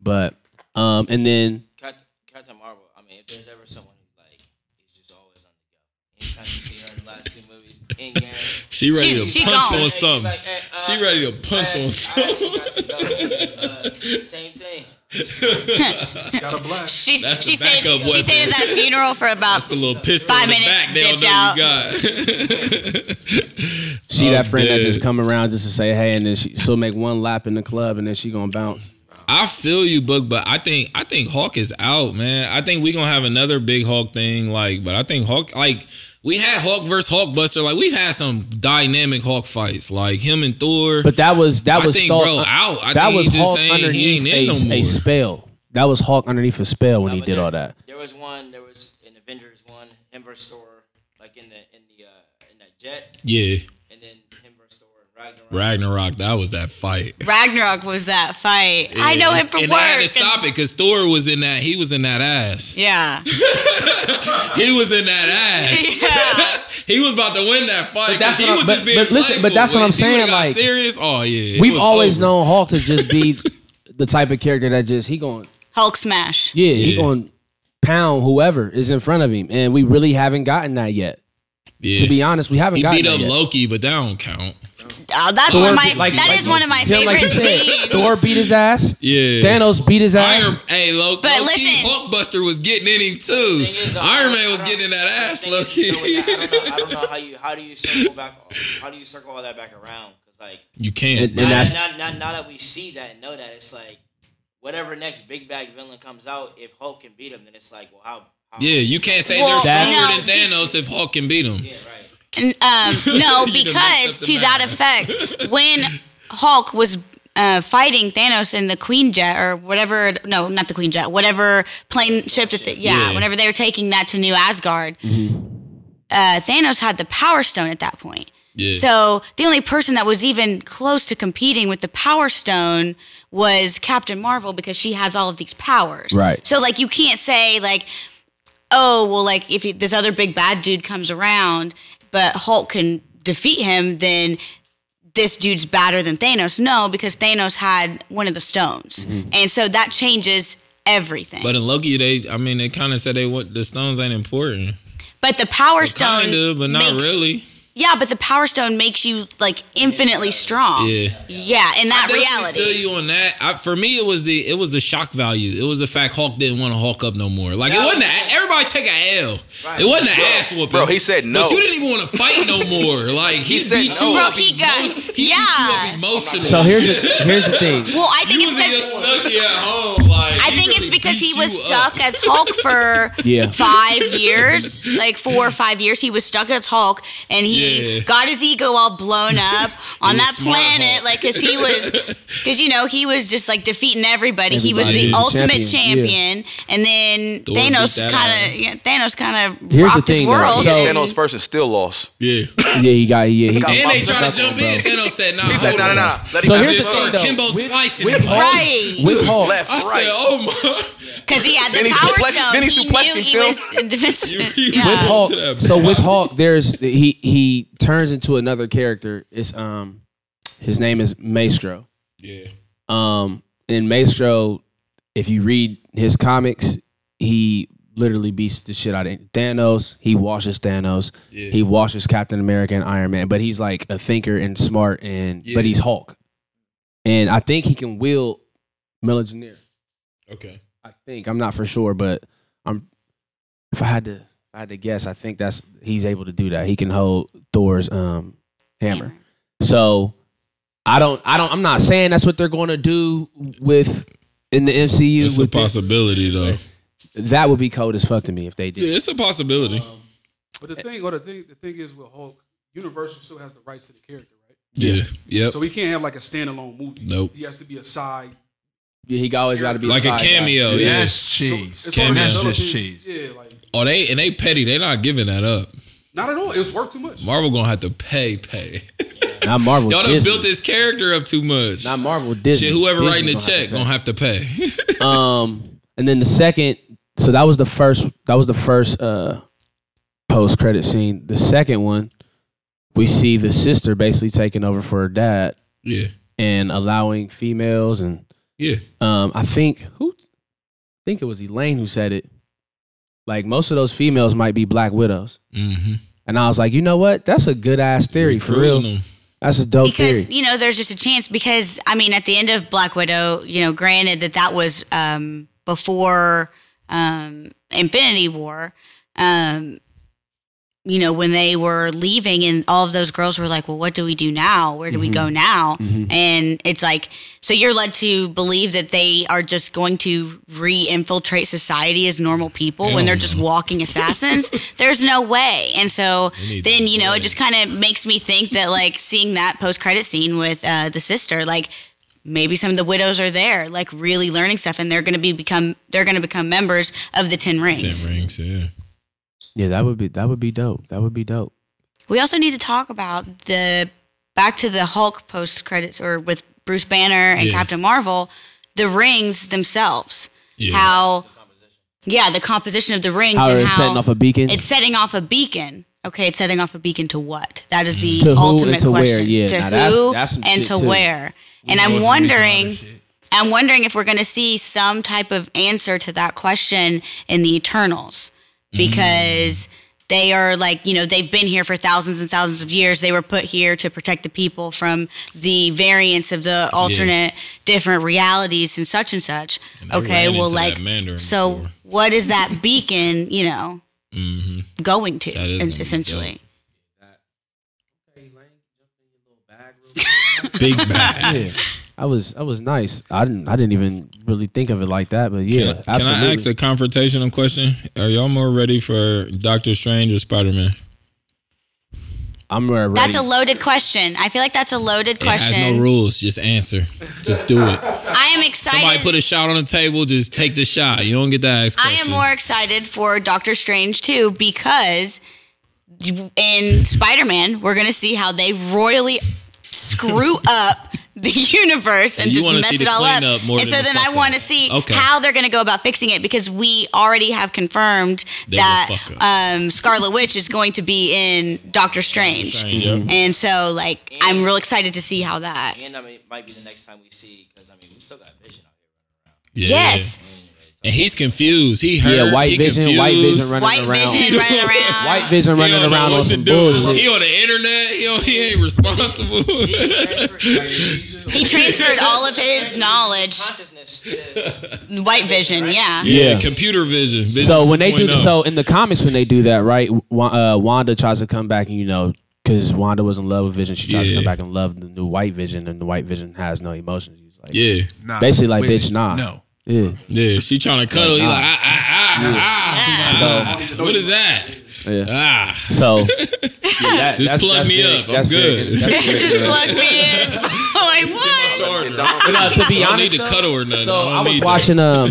But um, and then
Captain, Captain Marvel. I mean, if there's ever someone who like is just always on the go, anytime you see her in the last two movies,
[LAUGHS]
in game,
she ready
She's-
to
she
punch
gone.
on something.
Like, eh, uh,
she ready to punch
I- [LAUGHS]
on
I actually
something.
got to go. Uh, same
[LAUGHS]
thing.
Got a black.
She,
That's the
she said
backup
she
weapon.
stayed at that funeral for about
the little pistol
Five
in the
minutes,
back. They don't
dipped
know
out.
you got.
see
Oh,
that friend that
dude.
just come around just to say hey, and then she, she'll make one lap in the club, and then she gonna bounce.
[LAUGHS] I feel you, Book, but I think I think Hawk is out, man. I think we gonna have another big Hawk thing, like. But I think Hawk, like, we had Hawk versus Hawkbuster, like we've had some dynamic Hawk fights, like him and Thor.
But that was that
I
was
think
Thor-
bro out. I
that
think
was
he just
Hulk
ain't- he
underneath
ain't in
a,
no
a
more.
spell. That was Hulk underneath a spell when
No,
he
but
did
there-
all that.
There was one. There was an Avengers one. Him versus Thor, like in the in the uh, in that jet,
yeah,
and then him versus Thor and Ragnarok.
Ragnarok, that was that fight.
Ragnarok was that fight. I know him from
and
work.
I had to
and-
stop it because Thor was in that. He was in that ass.
Yeah.
He was in that ass.
yeah.
[LAUGHS] He was about to win that fight.
But that's
'cause he
what I-
was
but-
just being
but listen, but
playful.
that's what I'm
If he would've
saying,
got
like,
serious. Oh yeah, it
We've
was
always
over.
known Hulk to just
[LAUGHS]
be the type of character that just he going
Hulk smash.
yeah, he
Yeah.
going pound whoever is in front of him, and we really haven't gotten that yet.
Yeah.
To be honest, we haven't
he
gotten
beat
that
up
yet.
Loki, but that don't count.
Oh, that's one of my
beat- like-
that
like-
is one of my
Yeah,
favorite
like you said,
scenes.
Thor beat his ass.
Yeah.
Thanos beat his ass.
Iron, hey, Loki,
But
Loki
listen-
Hulkbuster was getting in him too.
Thing is, uh,
[LAUGHS] Iron Man was
I don't-
getting in that ass,
thing is,
Loki.
you know, I don't know- I don't know how you how do you circle back how do you circle all that back around because like
[LAUGHS] you can't.
And-
bro.
and
now,
that's-
now, now, now that we see that and know that it's like whatever next big bag villain comes out if Hulk can beat him then it's like well how, how
yeah, you can't say
Well,
they're
that-
stronger than Thanos if Hulk can beat him.
yeah right
And, um, no,
[LAUGHS] You done messed
because
up the
to
[LAUGHS]
that effect, when Hulk was uh, fighting Thanos in the Queen Jet or whatever, no, not the Queen Jet, whatever plane ship that, they, yeah,
Yeah. Mm-hmm.
whenever they were taking that to New Asgard, uh, Thanos had the Power Stone at that point.
Yeah.
So the only person that was even close to competing with the Power Stone was Captain Marvel because she has all of these powers.
Right.
So like you can't say like, oh well, like if you, this other big bad dude comes around, but Hulk can defeat him, then this dude's badder than Thanos. No, because Thanos had one of the stones, and so that changes everything.
Mm-hmm. But
But,
in Loki, they, I mean, they kind of said they want the stones ain't important.
the Power Stone,
Kind of, but not
makes-
really.
Yeah, but the Power Stone makes you like infinitely strong.
Yeah.
Yeah, in that reality.
Feel you on that. I, for me, it was the it was the shock value. It was the fact Hulk didn't want to Hulk up no more. Like it wasn't. A, everybody take a L. It wasn't an ass whooping.
bro, he said no.
But you didn't even want to fight no more. Like he,
said
beat
no.
you
Bro,
up.
he got-
he
yeah.
beat you up emotionally.
So here's
[LAUGHS]
the, here's the thing.
Well, I think
you
it's
was in your
because
snuggie at home. Like
I
he
think it's
really
because
beat
he was
you up.
stuck as Hulk
[LAUGHS]
for
Yeah.
five years, like four or five years. He was stuck as Hulk, and he
Yeah.
got his ego all blown up
was
on that
smart
planet,
Hulk.
like because he was,
[LAUGHS]
because you know he was just like defeating everybody. He was
Everybody.
the
Yeah.
ultimate
Champion, yeah.
champion, and then
Thor
Thanos
beat that
kind
ass.
of yeah, Thanos kind of
Here's the
rocked
thing,
his
though.
world.
So-
and-
Thanos first and still lost.
Yeah.
Yeah, he got yeah. He,
And they tried to
Fuck
jump
him,
in.
bro.
Thanos said, "Nah,
He said,
hold
"No, no,
on."
no, let him
So
I
have
here's
just
the thing,
his fun."
started
though.
Kimbo
With-
slicing
with
him.
Hulk-
Right,
With Hulk,
Left,
I
right.
said, "Oh my."
because he had the
Then he
power
suplexed-
stone.
then he
he
suplexed
knew
him,
he
Tim.
was
[LAUGHS]
indefensible.
you-
with
Yeah.
Hulk,
to that,
so
bro.
with Hulk, there's he he turns into another character. It's um, his name is Maestro.
Yeah.
Um, and Maestro, if you read his comics, he literally beats the shit out of Thanos. He washes Thanos.
Yeah.
He washes Captain America and Iron Man. But he's like a thinker and smart, and
Yeah.
but he's Hulk. And I think he can wield Melageneer.
Okay.
I think I'm not for sure, but I'm. If I had to, if I had to guess. I think that's he's able to do that. He can hold Thor's um hammer. So I don't. I don't. I'm not saying that's what they're going to do with in the MCU.
It's a
with this.
possibility, though.
that would be cold as fuck to me if they did.
Yeah, it's a possibility.
But the thing, or the thing, the thing is with Hulk, Universal still has the rights to the character, right?
Yeah. Yep.
So we can't have like a standalone movie.
Nope.
He has to be a side
Yeah, he always got to be the
Like a
side guy.
cameo,
Oh,
That's
yeah.
cheese.
It's
Cameo.
already done
That's
with
just
his-
cheese.
Yeah, like
Oh, they and they petty. They not giving that up.
not at all. It was worth too much.
Marvel gonna have to pay, pay.
Not
[LAUGHS]
Marvel.
Y'all done
Disney.
built this character up too much.
Not Marvel. Disney.
Shit, whoever
Disney
writing the
gonna have
check
to
gonna
pay.
have to pay. [LAUGHS]
Um, and then the second, so that was the first. That was the first uh, post credit scene. The second one, we see the sister basically taking over for her dad
yeah,
and allowing females and
yeah.
um, I think who, I think it was Elaine who said it. Like most of those females might be black widows,
Mm-hmm.
and I was like, you know what? That's a good ass theory for real.
Them.
That's a dope
because
theory.
you know there's just a chance because i mean at the end of black widow you know granted that that was um, before um, infinity war um, you know when they were leaving and all of those girls were like well what do we do now where do we
Mm-hmm.
go now and it's like so you're led to believe that they are just going to re-infiltrate society as normal people when they're
Oh.
just walking assassins
[LAUGHS]
there's no way and so
need
then
that
you know it
voice.
just kind of makes me think that like seeing that post credit scene with uh, the sister, like maybe some of the widows are there, like really learning stuff, and they're gonna be become they're gonna become members of the Ten Rings.
Ten rings. Yeah.
Yeah, that would be that would be dope. That would be dope.
We also need to talk about the back to the Hulk post credits or with Bruce Banner and
Yeah.
Captain Marvel, the rings themselves,
Yeah.
how yeah the composition of the rings
How
and
it's
how
setting off a beacon.
it's setting off a beacon. Okay, it's setting off a beacon to what? That is the
To who and
ultimate
to where,
question.
yeah.
to
Now that's-
who
that's some
and
shit
to
too.
where? And
know
I'm
it's gonna be some other
wondering.
shit.
I'm wondering if we're going to see some type of answer to that question in the Eternals because they are like, you know, they've been here for thousands and thousands of years. They were put here to protect the people from the variance of the alternate different realities and such and such.
I
okay,
ran
well,
into
like,
that Mandarin
so
before.
what is that beacon, you know, going to,
That is
en-
gonna be
essentially?
[LAUGHS] Big bags.
I was I was nice. I didn't I didn't even really think of it like that, but yeah,
Can, I- can
absolutely.
I ask a confrontational question? Are y'all more ready for Doctor Strange or Spider Man?
I'm ready.
That's a loaded question. I feel like that's a loaded
It has
question.
no rules. Just answer. Just do it.
[LAUGHS] I am excited.
Somebody put a shot on the table. Just take the shot. You don't get to ask.
I
Questions.
am more excited for Doctor Strange too because in Spider Man we're gonna see how they royally
[LAUGHS]
screw up the universe and
You
just
wanna
mess
see
it
the
all up.
cleanup more
and
than
so
the
then I
fuck
want to
up.
see
Okay.
how they're gonna go about fixing it because we already have confirmed
They will fuck up.
that um, Scarlet Witch is going to be in Doctor Strange.
Strange, yep.
And so, like, I'm real excited to see how that.
And I mean, it might be the next time we see because I mean, we still got Vision out here.
Yeah.
Yes,
And he's confused. He heard.
yeah, white
he
vision,
confused.
white vision running
White
around.
Vision running around.
White vision
He
running
don't know
around
what
on
to
some
do.
bullshit.
He on the internet. He, don't- he ain't responsible. [LAUGHS]
[LAUGHS]
He transferred all of his knowledge,
Consciousness. To,
White Vision, yeah. [LAUGHS]
Yeah.
Computer vision. vision
So when they do
2.0.
so in the comics when they do that, right? Wa- uh, Wanda tries to come back and you know because Wanda was in love with Vision, she tries to
Yeah.
come back and love the new White Vision, and the White Vision has no emotions. He's like,
Yeah.
Nah,
Basically like,
wait,
bitch, nah.
No.
yeah,
Yeah. She trying to cuddle. He like ah ah ah ah. ah. What is that?
yeah.
[LAUGHS] Ah.
So yeah, that-
Just
that's-
plug
that's
me
big.
up. I'm
That's big.
good. [LAUGHS]
That's big.
just plug me in. [LAUGHS] Like what?
Charger.
But no, to be
I don't
honest,
need to
though,
cuddle or nothing.
So
don't
I, was
need
watching. Um,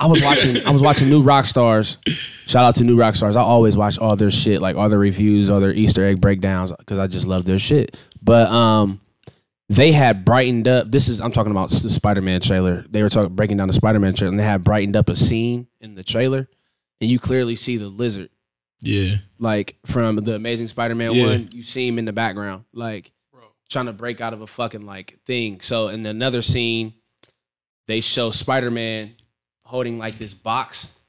I was watching. I was watching New Rock Stars. Shout out to New Rock Stars. I always watch all their shit, like all their reviews, all their Easter egg breakdowns, because I just love their shit. But um, they had brightened up. This is I'm talking about the Spider Man trailer. They were talking breaking down the Spider Man trailer, and they had brightened up a scene in the trailer, and you clearly see the lizard,
that. Yeah.
like from the Amazing Spider Man
Yeah.
one. You see him in the background, like trying to break out of a fucking like thing. So in another scene, they show Spider Man holding like this box,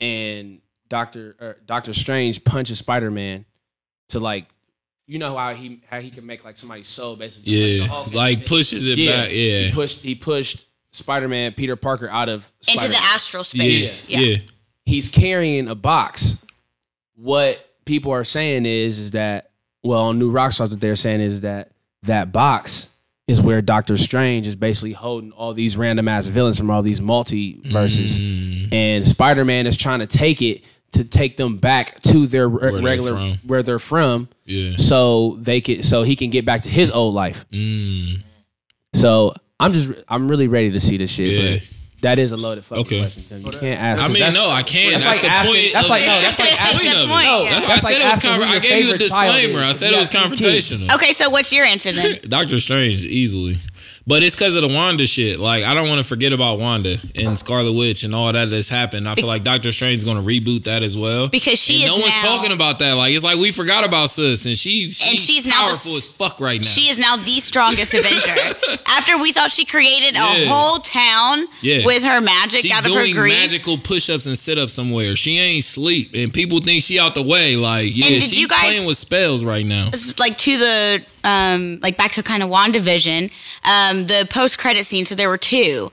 and Doctor or Doctor Strange punches Spider Man to like, you know how he how he can make like somebody's soul basically.
Yeah. Like pushes it back. Yeah.
He pushed he pushed Spider Man Peter Parker out of
Into the
Spider-Man.
astral space.
Yeah. Yeah.
Yeah.
He's carrying a box. What people are saying is is that well on New Rockstars what they're saying is that that box is where Doctor Strange is basically holding all these random ass villains from all these multiverses, and Spider Man is trying to take it to take them back to their re-
they're
regular
from.
where they're from,
Yeah.
so they can so he can get back to his old life.
Mm.
So I'm just I'm really ready to see this shit.
Yeah.
But that is a loaded fucking
Okay.
question. Tim. You can't ask.
I mean,
That's-
no, I can't. That's,
that's like
the
asking-
point.
that's
of-
like- no, that's like
the
asking-
point of it.
No,
That's why I
that's
Oh, like
said it was.
asking who
Con- I
your
gave you a
favorite child
disclaimer. I
is.
said it was
Yeah.
confrontational.
Okay, so what's your answer then?
Doctor Strange easily, but it's because of the Wanda shit. Like I don't want to forget about Wanda and Scarlet Witch and all that that's happened. I feel like Doctor Strange is going to reboot that as well
Because she
And
is
no one's
now-
talking about that. Like it's like we forgot about sis and she, she's
And she's now the
powerful
s-
as fuck right now.
She is now the strongest Avenger. After we saw she created a
Yeah.
whole town
Yeah.
with her magic
She's
out of her
doing
grief.
magical push-ups and sit-ups somewhere. She ain't sleep, and people think she out the way. Like, yeah,
did
she's
you guys-
playing with spells right now.
Just, like to the um like back to kind of WandaVision, um, the post credit scene, so there were two.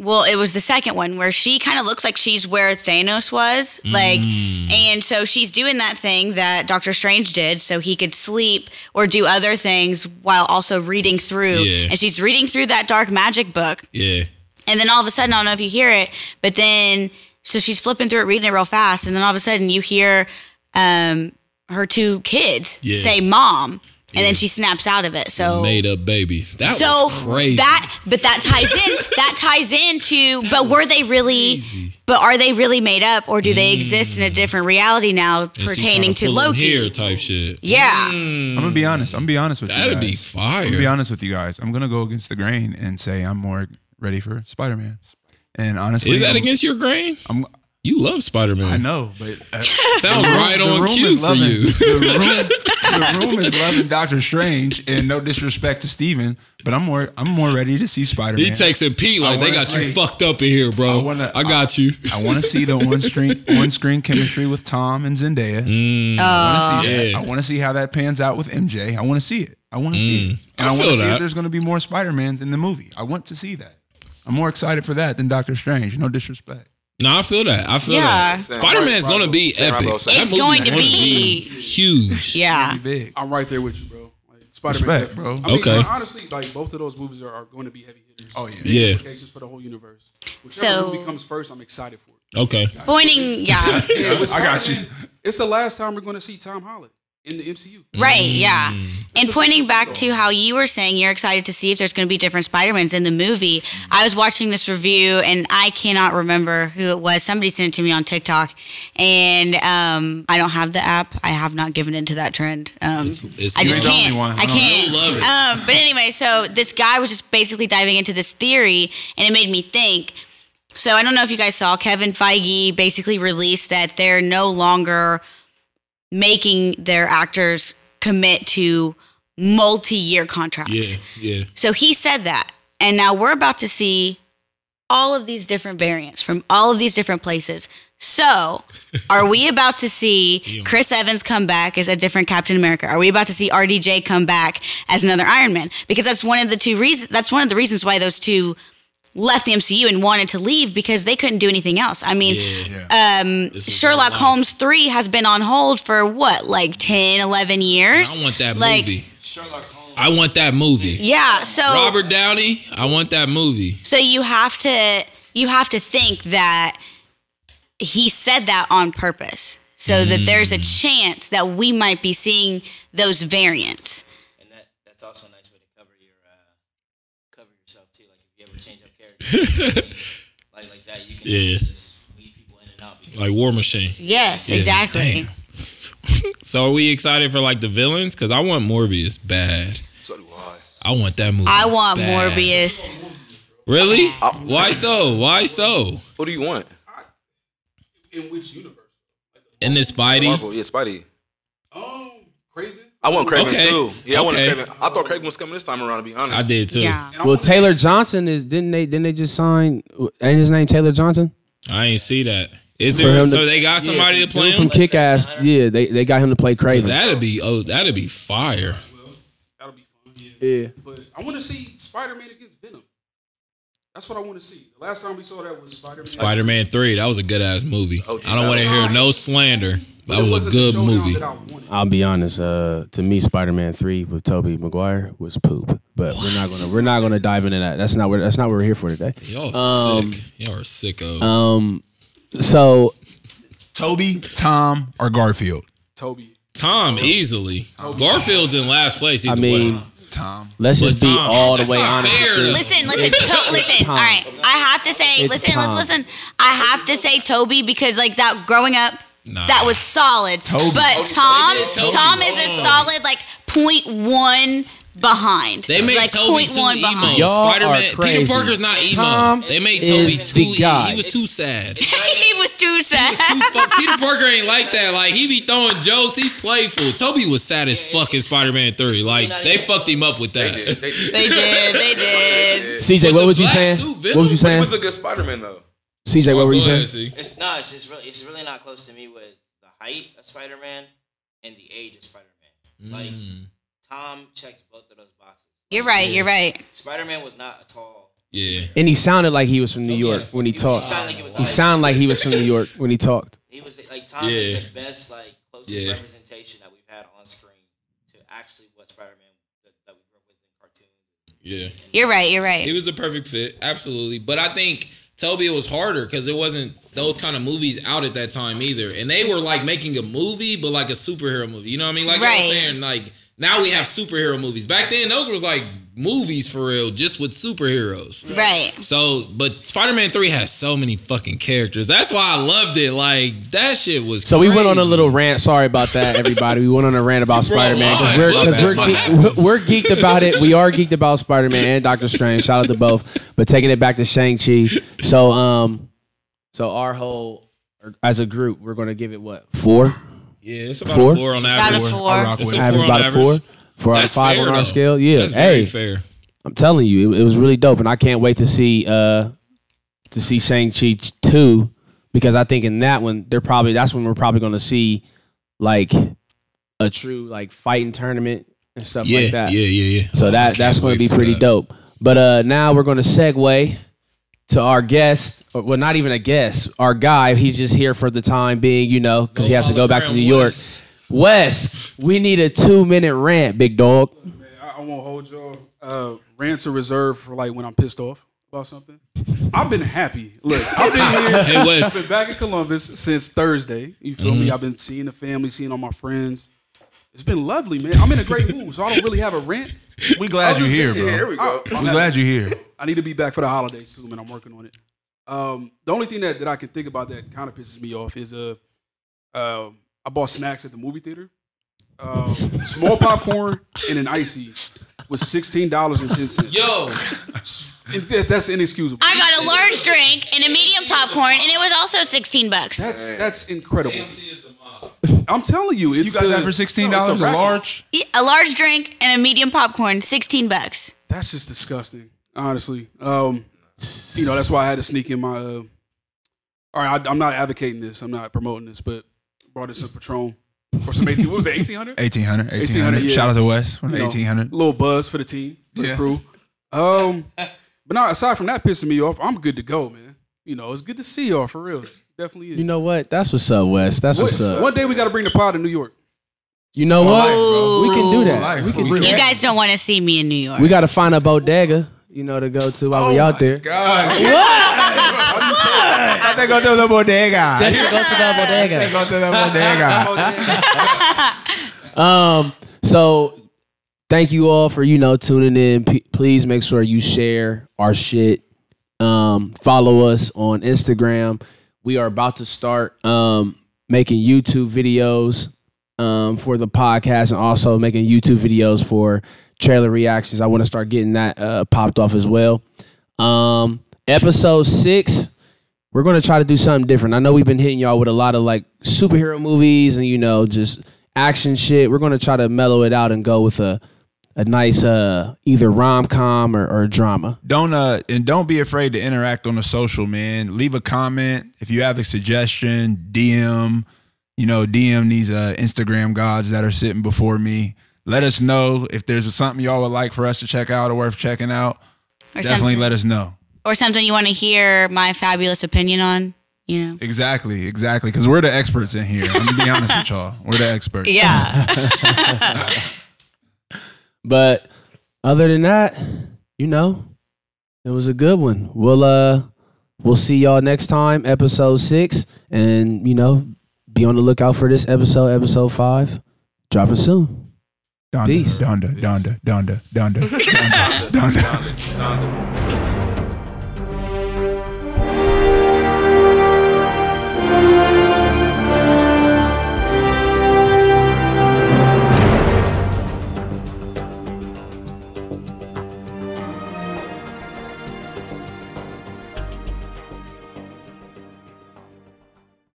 Well, it was the second one where she kind of looks like she's where Thanos was. Like and so she's doing that thing that Doctor Strange did so he could sleep or do other things while also reading through.
Yeah.
And she's reading through that dark magic book.
Yeah,
And then all of a sudden, I don't know if you hear it, but then so she's flipping through it, reading it real fast, and then all of a sudden you hear um, her two kids
Yeah.
say "mom," and then she snaps out of it. So.
made-up babies. That
so
was crazy.
that, but that ties in. That ties into. But were they really? But are they really made up, or do they exist in a different reality now
Mm. And she
pertaining
tryna
to
pull 'em
Loki?
here type shit.
Yeah,
I'm gonna be honest. I'm gonna be honest with you.
That'd
guys.
be fire.
I'm gonna be honest with you guys. I'm gonna go against the grain and say I'm more ready for Spider Man. And honestly,
Is that
I'm-
against your grain?
I'm-
you love Spider Man.
I know, but uh,
[LAUGHS] Sounds right on cue for
loving,
you.
The room, the room is loving Doctor Strange, and no disrespect to Steven, but I'm more I'm more ready to see
[LAUGHS]
Spider
He
Man.
texting Pete like they
wanna
got you
say-
fucked up in here, bro. I,
I wanna-
got you.
I want to see the one screen one screen chemistry with Tom and Zendaya. I want to see that.
Mm. Yeah.
I want to see how that pans out with MJ. I want to see it. I want to see it. And
Mm. I
I, want
feel
to see
that.
if there's going to be more Spider Mans in the movie. I want to see that. I'm more excited for that than Doctor Strange. No disrespect.
no, I feel that. I feel
Yeah.
that. Spider Man's gonna be
Sam
epic.
Rockwell said-
That
It's
movie's
going to
gonna
be-
huge.
yeah.
Be big.
I'm right there with you, bro. Like, Spider
Respect, bro.
I mean,
Okay.
Honestly, like both of those movies are, are going to be heavy hitters.
Oh yeah.
Yeah.
Implications for the whole universe. Whichever
So-
movie comes first, I'm excited for it.
Okay. [LAUGHS]
Pointing, yeah,
Yeah, with
I got you.
Spider-Man, It's the last time we're going to see Tom Holland in the MCU.
Right, yeah. And pointing back to how you were saying you're excited to see if there's going to be different Spider-Mans in the movie. I was watching this review and I cannot remember who it was. Somebody sent it to me on TikTok and um, I don't have the app. I have not given into that trend. Um,
it's-
I
You
just
ain't the
can't.
only one.
I
I know.
can't.
You'll love it.
Um, but anyway, so this guy was just basically diving into this theory and it made me think so I don't know if you guys saw Kevin Feige basically released that they're no longer making their actors commit to multi-year contracts.
Yeah. Yeah.
So he said that. And now we're about to see all of these different variants from all of these different places.
[LAUGHS]
So, are we about to see Chris Evans come back as a different Captain America? Are we about to see RDJ come back as another Iron Man? Because that's one of the two reasons that's one of the reasons why those two left the MCU and wanted to leave because they couldn't do anything else. I mean, um,
was their
Sherlock
life.
Holmes 3 has been on hold for what, like 10, 11 years?
I want that
Like,
movie. I want that movie.
Yeah, so
Robert Downey. I want that movie.
So you have to you have to think that he said that on purpose. So that there's a chance that we might be seeing those variants.
And that that's also a nice way to cover your uh, cover yourself too. Like if you ever change
[LAUGHS]
up characters, like like that, you can
Yeah.
just leave people in and out. Because
Like War Machine.
Yes, exactly.
Damn. So are we excited for like the villains? Because I want Morbius bad.
So do I.
I want that movie.
I want
bad.
Morbius.
Really? Why so? Why so?
What do you want?
In which universe?
In this Spidey.
Marvel, yeah, Spidey.
Um, Craven.
I want Craven
Okay.
too. Yeah, I want
Okay.
Craven. I thought Craven was coming this time around. To be honest,
I did too.
Yeah.
And I
Well,
wanna-
Taylor Johnson is didn't they didn't they just sign? Ain't his name Taylor Johnson?
I ain't see that. Is
For him
there?
to-
So they got somebody to play
Dude from
him.
Kick Ass. Yeah, they, they got him to play Craven.
That'd be oh, that'd be fire.
That'll be fun. Yeah.
yeah,
But I want to see Spider-Man against Venom. That's what I want to see. The last time we saw that was Spider-Man.
Spider Man Three. That was a good ass movie.
Oh,
I don't want to hear no slander. That
It
was a
wasn't
good
the showdown
movie.
that I wanted.
I'll be honest. Uh, to me, Spider Man Three with Tobey Maguire was poop. But we're not gonna we're not gonna dive into that. That's not where that's not what we're here for today.
Y'all
Um,
sick. Y'all are sickos.
Um, so
Toby, Tom, or Garfield.
Toby.
Tom easily. Garfield's in last place.
Oh, I
Either way.
mean,
Tom.
Let's just be
Tom,
all the
that's
way
not
honest.
fair,
with
though.
this.
Listen, listen,
It's-
to- listen.
Tom.
All right, I have to say,
It's
listen,
Tom.
listen, listen. I have to say Toby because like that growing up,
Nah.
that was solid.
Toby.
But
Toby.
Tom,
They did Toby
Tom is a
wrong.
solid like point one behind.
They made
like,
Toby too emo.
Y'all are
Spider Man, Peter
crazy.
Parker's not emo.
Tom
they made
is
Toby
the
too. e-
guy.
He was too
[LAUGHS]
sad.
he was too sad.
Too fuck- [LAUGHS] Peter Parker ain't like that. Like he be throwing jokes. He's playful. Toby was sad as fuck in Spider Man Three. Like they fucked him up with that.
They did. They did.
they did. They did.
But
CJ, what
the
was you
black
saying?
suit
What was you
villain-
He
saying?
was a good Spider Man though.
CJ,
Oh,
what were you
Go ahead,
saying?
see.
It's no, it's just really, it's really not close to me with the height of Spider Man and the age of Spider Man. Like
Mm.
Tom checks both of those boxes.
You're right. You're right.
Spider Man was not a tall.
Yeah.
And he sounded like he was from New York when he
He
talked.
sounded like he was.
He sounded like he was from New York when he talked.
He was like Tom
Yeah.
is the best, like closest
Yeah.
representation that we've had on screen to actually what Spider Man that, that we grew up with in cartoons.
Yeah.
You're right. You're right.
It was a perfect fit, absolutely. But I think Toby it was harder because it wasn't those kind of movies out at that time either, and they were like making a movie, but like a superhero movie. You know what I mean? Like I was
Right.
saying, like now we have superhero movies. Back then, those was like movies for real, just with superheroes.
right.
So, but Spider Man Three has so many fucking characters. That's why I loved it. Like that shit was.
So we went on a
crazy.
little rant. Sorry about that, everybody. We went on a rant about
Bro,
Spider Man because
why?
we're
Look,
because
that's
we're,
what
geek, we're geeked about it. We are geeked about Spider Man and Doctor Strange. Shout out to both, but taking it back to Shang Chi. So um, so our whole or as a group, we're gonna give it what four?
Yeah, it's about
Four?
a four on
Out
average.
of
I
four.
rock with
It's a
it.
four on
Average about
average.
four, four out of
That's
five
fair,
on our
though.
scale. Yeah,
That's very
hey,
fair.
I'm telling you, it, it was really dope, and I can't wait to see uh to see Shang Chi two because I think in that one they're probably that's when we're probably gonna see like a true like fighting tournament and stuff
Yeah,
like that.
yeah, yeah, yeah.
So
I
that
can't
that's going
wait
to be
for
pretty
that.
dope. But uh, now we're going to segue to our guest. Or, well, not even a guest. Our guy. He's just here for the time being, you know, because he has to go back to
Hologram
New York.
West.
Wes, we need a two minute rant, big dog.
I, I won't hold y'all. Uh, rants are reserved for like when I'm pissed off about something. I've been happy. Look, I've
[LAUGHS]
been here.
Hey, Wes.
I've been back in Columbus since Thursday. You feel
Mm-hmm.
me? I've been seeing the family, seeing all my friends. It's been lovely, man. I'm in a great mood, so I don't really have a rant.
We glad you're here, bro.
Here we go.
We glad you're here.
I need to be back for the holidays soon, and I'm working on it. Um, the only thing that, that I can think about that kind of pisses me off is uh, uh, I bought snacks at the movie theater. Um, small popcorn and an icy was sixteen dollars and ten cents.
Yo,
that's inexcusable.
I got a large drink and a medium popcorn, and it was also 16 bucks.
That's that's incredible.
MC is the mob.
I'm telling you, it's
You got
the-
that for sixteen dollars
No,
a
it's raffle.
large?
A large drink and a medium popcorn, sixteen bucks.
That's just disgusting, honestly. Um, you know, that's why I had to sneak in my. Uh, all right, I, I'm not advocating this. I'm not promoting this, but brought in some Patron or some 18. What was
[LAUGHS]
it, 1800?
1800, 1800.
1800, yeah.
Shout out to Wes from
You know,
1800.
Little buzz for the team, for
Yeah.
the crew. Um, but now, aside from that pissing me off, I'm good to go, man. You know, it's good to see y'all for real. Definitely is.
You know what? That's what's up, Wes. That's what's
One-
up.
One day we got to bring the pod to New York.
You know what? We can do that.
Life,
we can
we
do
can-
You
that.
guys don't want to see me in New York.
We got to find a bodega, you know, to go to while we out there.
Oh God. [LAUGHS] I think I'll do the bodega. I
Just to go to
[LAUGHS]
the bodega.
think I'll do the bodega.
Um, So thank you all for you know tuning in. P- please make sure you share our shit. Um, follow us on Instagram. We are about to start um, making YouTube videos um, for the podcast and also making YouTube videos for trailer reactions. I want to start getting that uh, popped off as well. Um, episode six, we're going to try to do something different. I know we've been hitting y'all with a lot of like superhero movies and you know just action shit. We're going to try to mellow it out and go with a a nice uh either rom com or, or drama.
Don't uh and don't be afraid to interact on the social, man. Leave a comment if you have a suggestion. DM, you know, DM these uh Instagram gods that are sitting before me. Let us know if there's something y'all would like for us to check out or worth checking out.
or
Definitely
something,
let us know.
or something you want to hear my fabulous opinion on. You know.
Exactly, exactly. Because we're the experts in here. I'm gonna be honest with y'all. We're the experts.
Yeah.
But other than that, you know, it was a good one. We'll uh we'll see y'all next time, episode six, and you know, be on the lookout for this episode, episode five, dropping soon.
Donda,
Peace.
Donda, Donda, Donda, Donda, Donda, Donda.
Donda, Donda.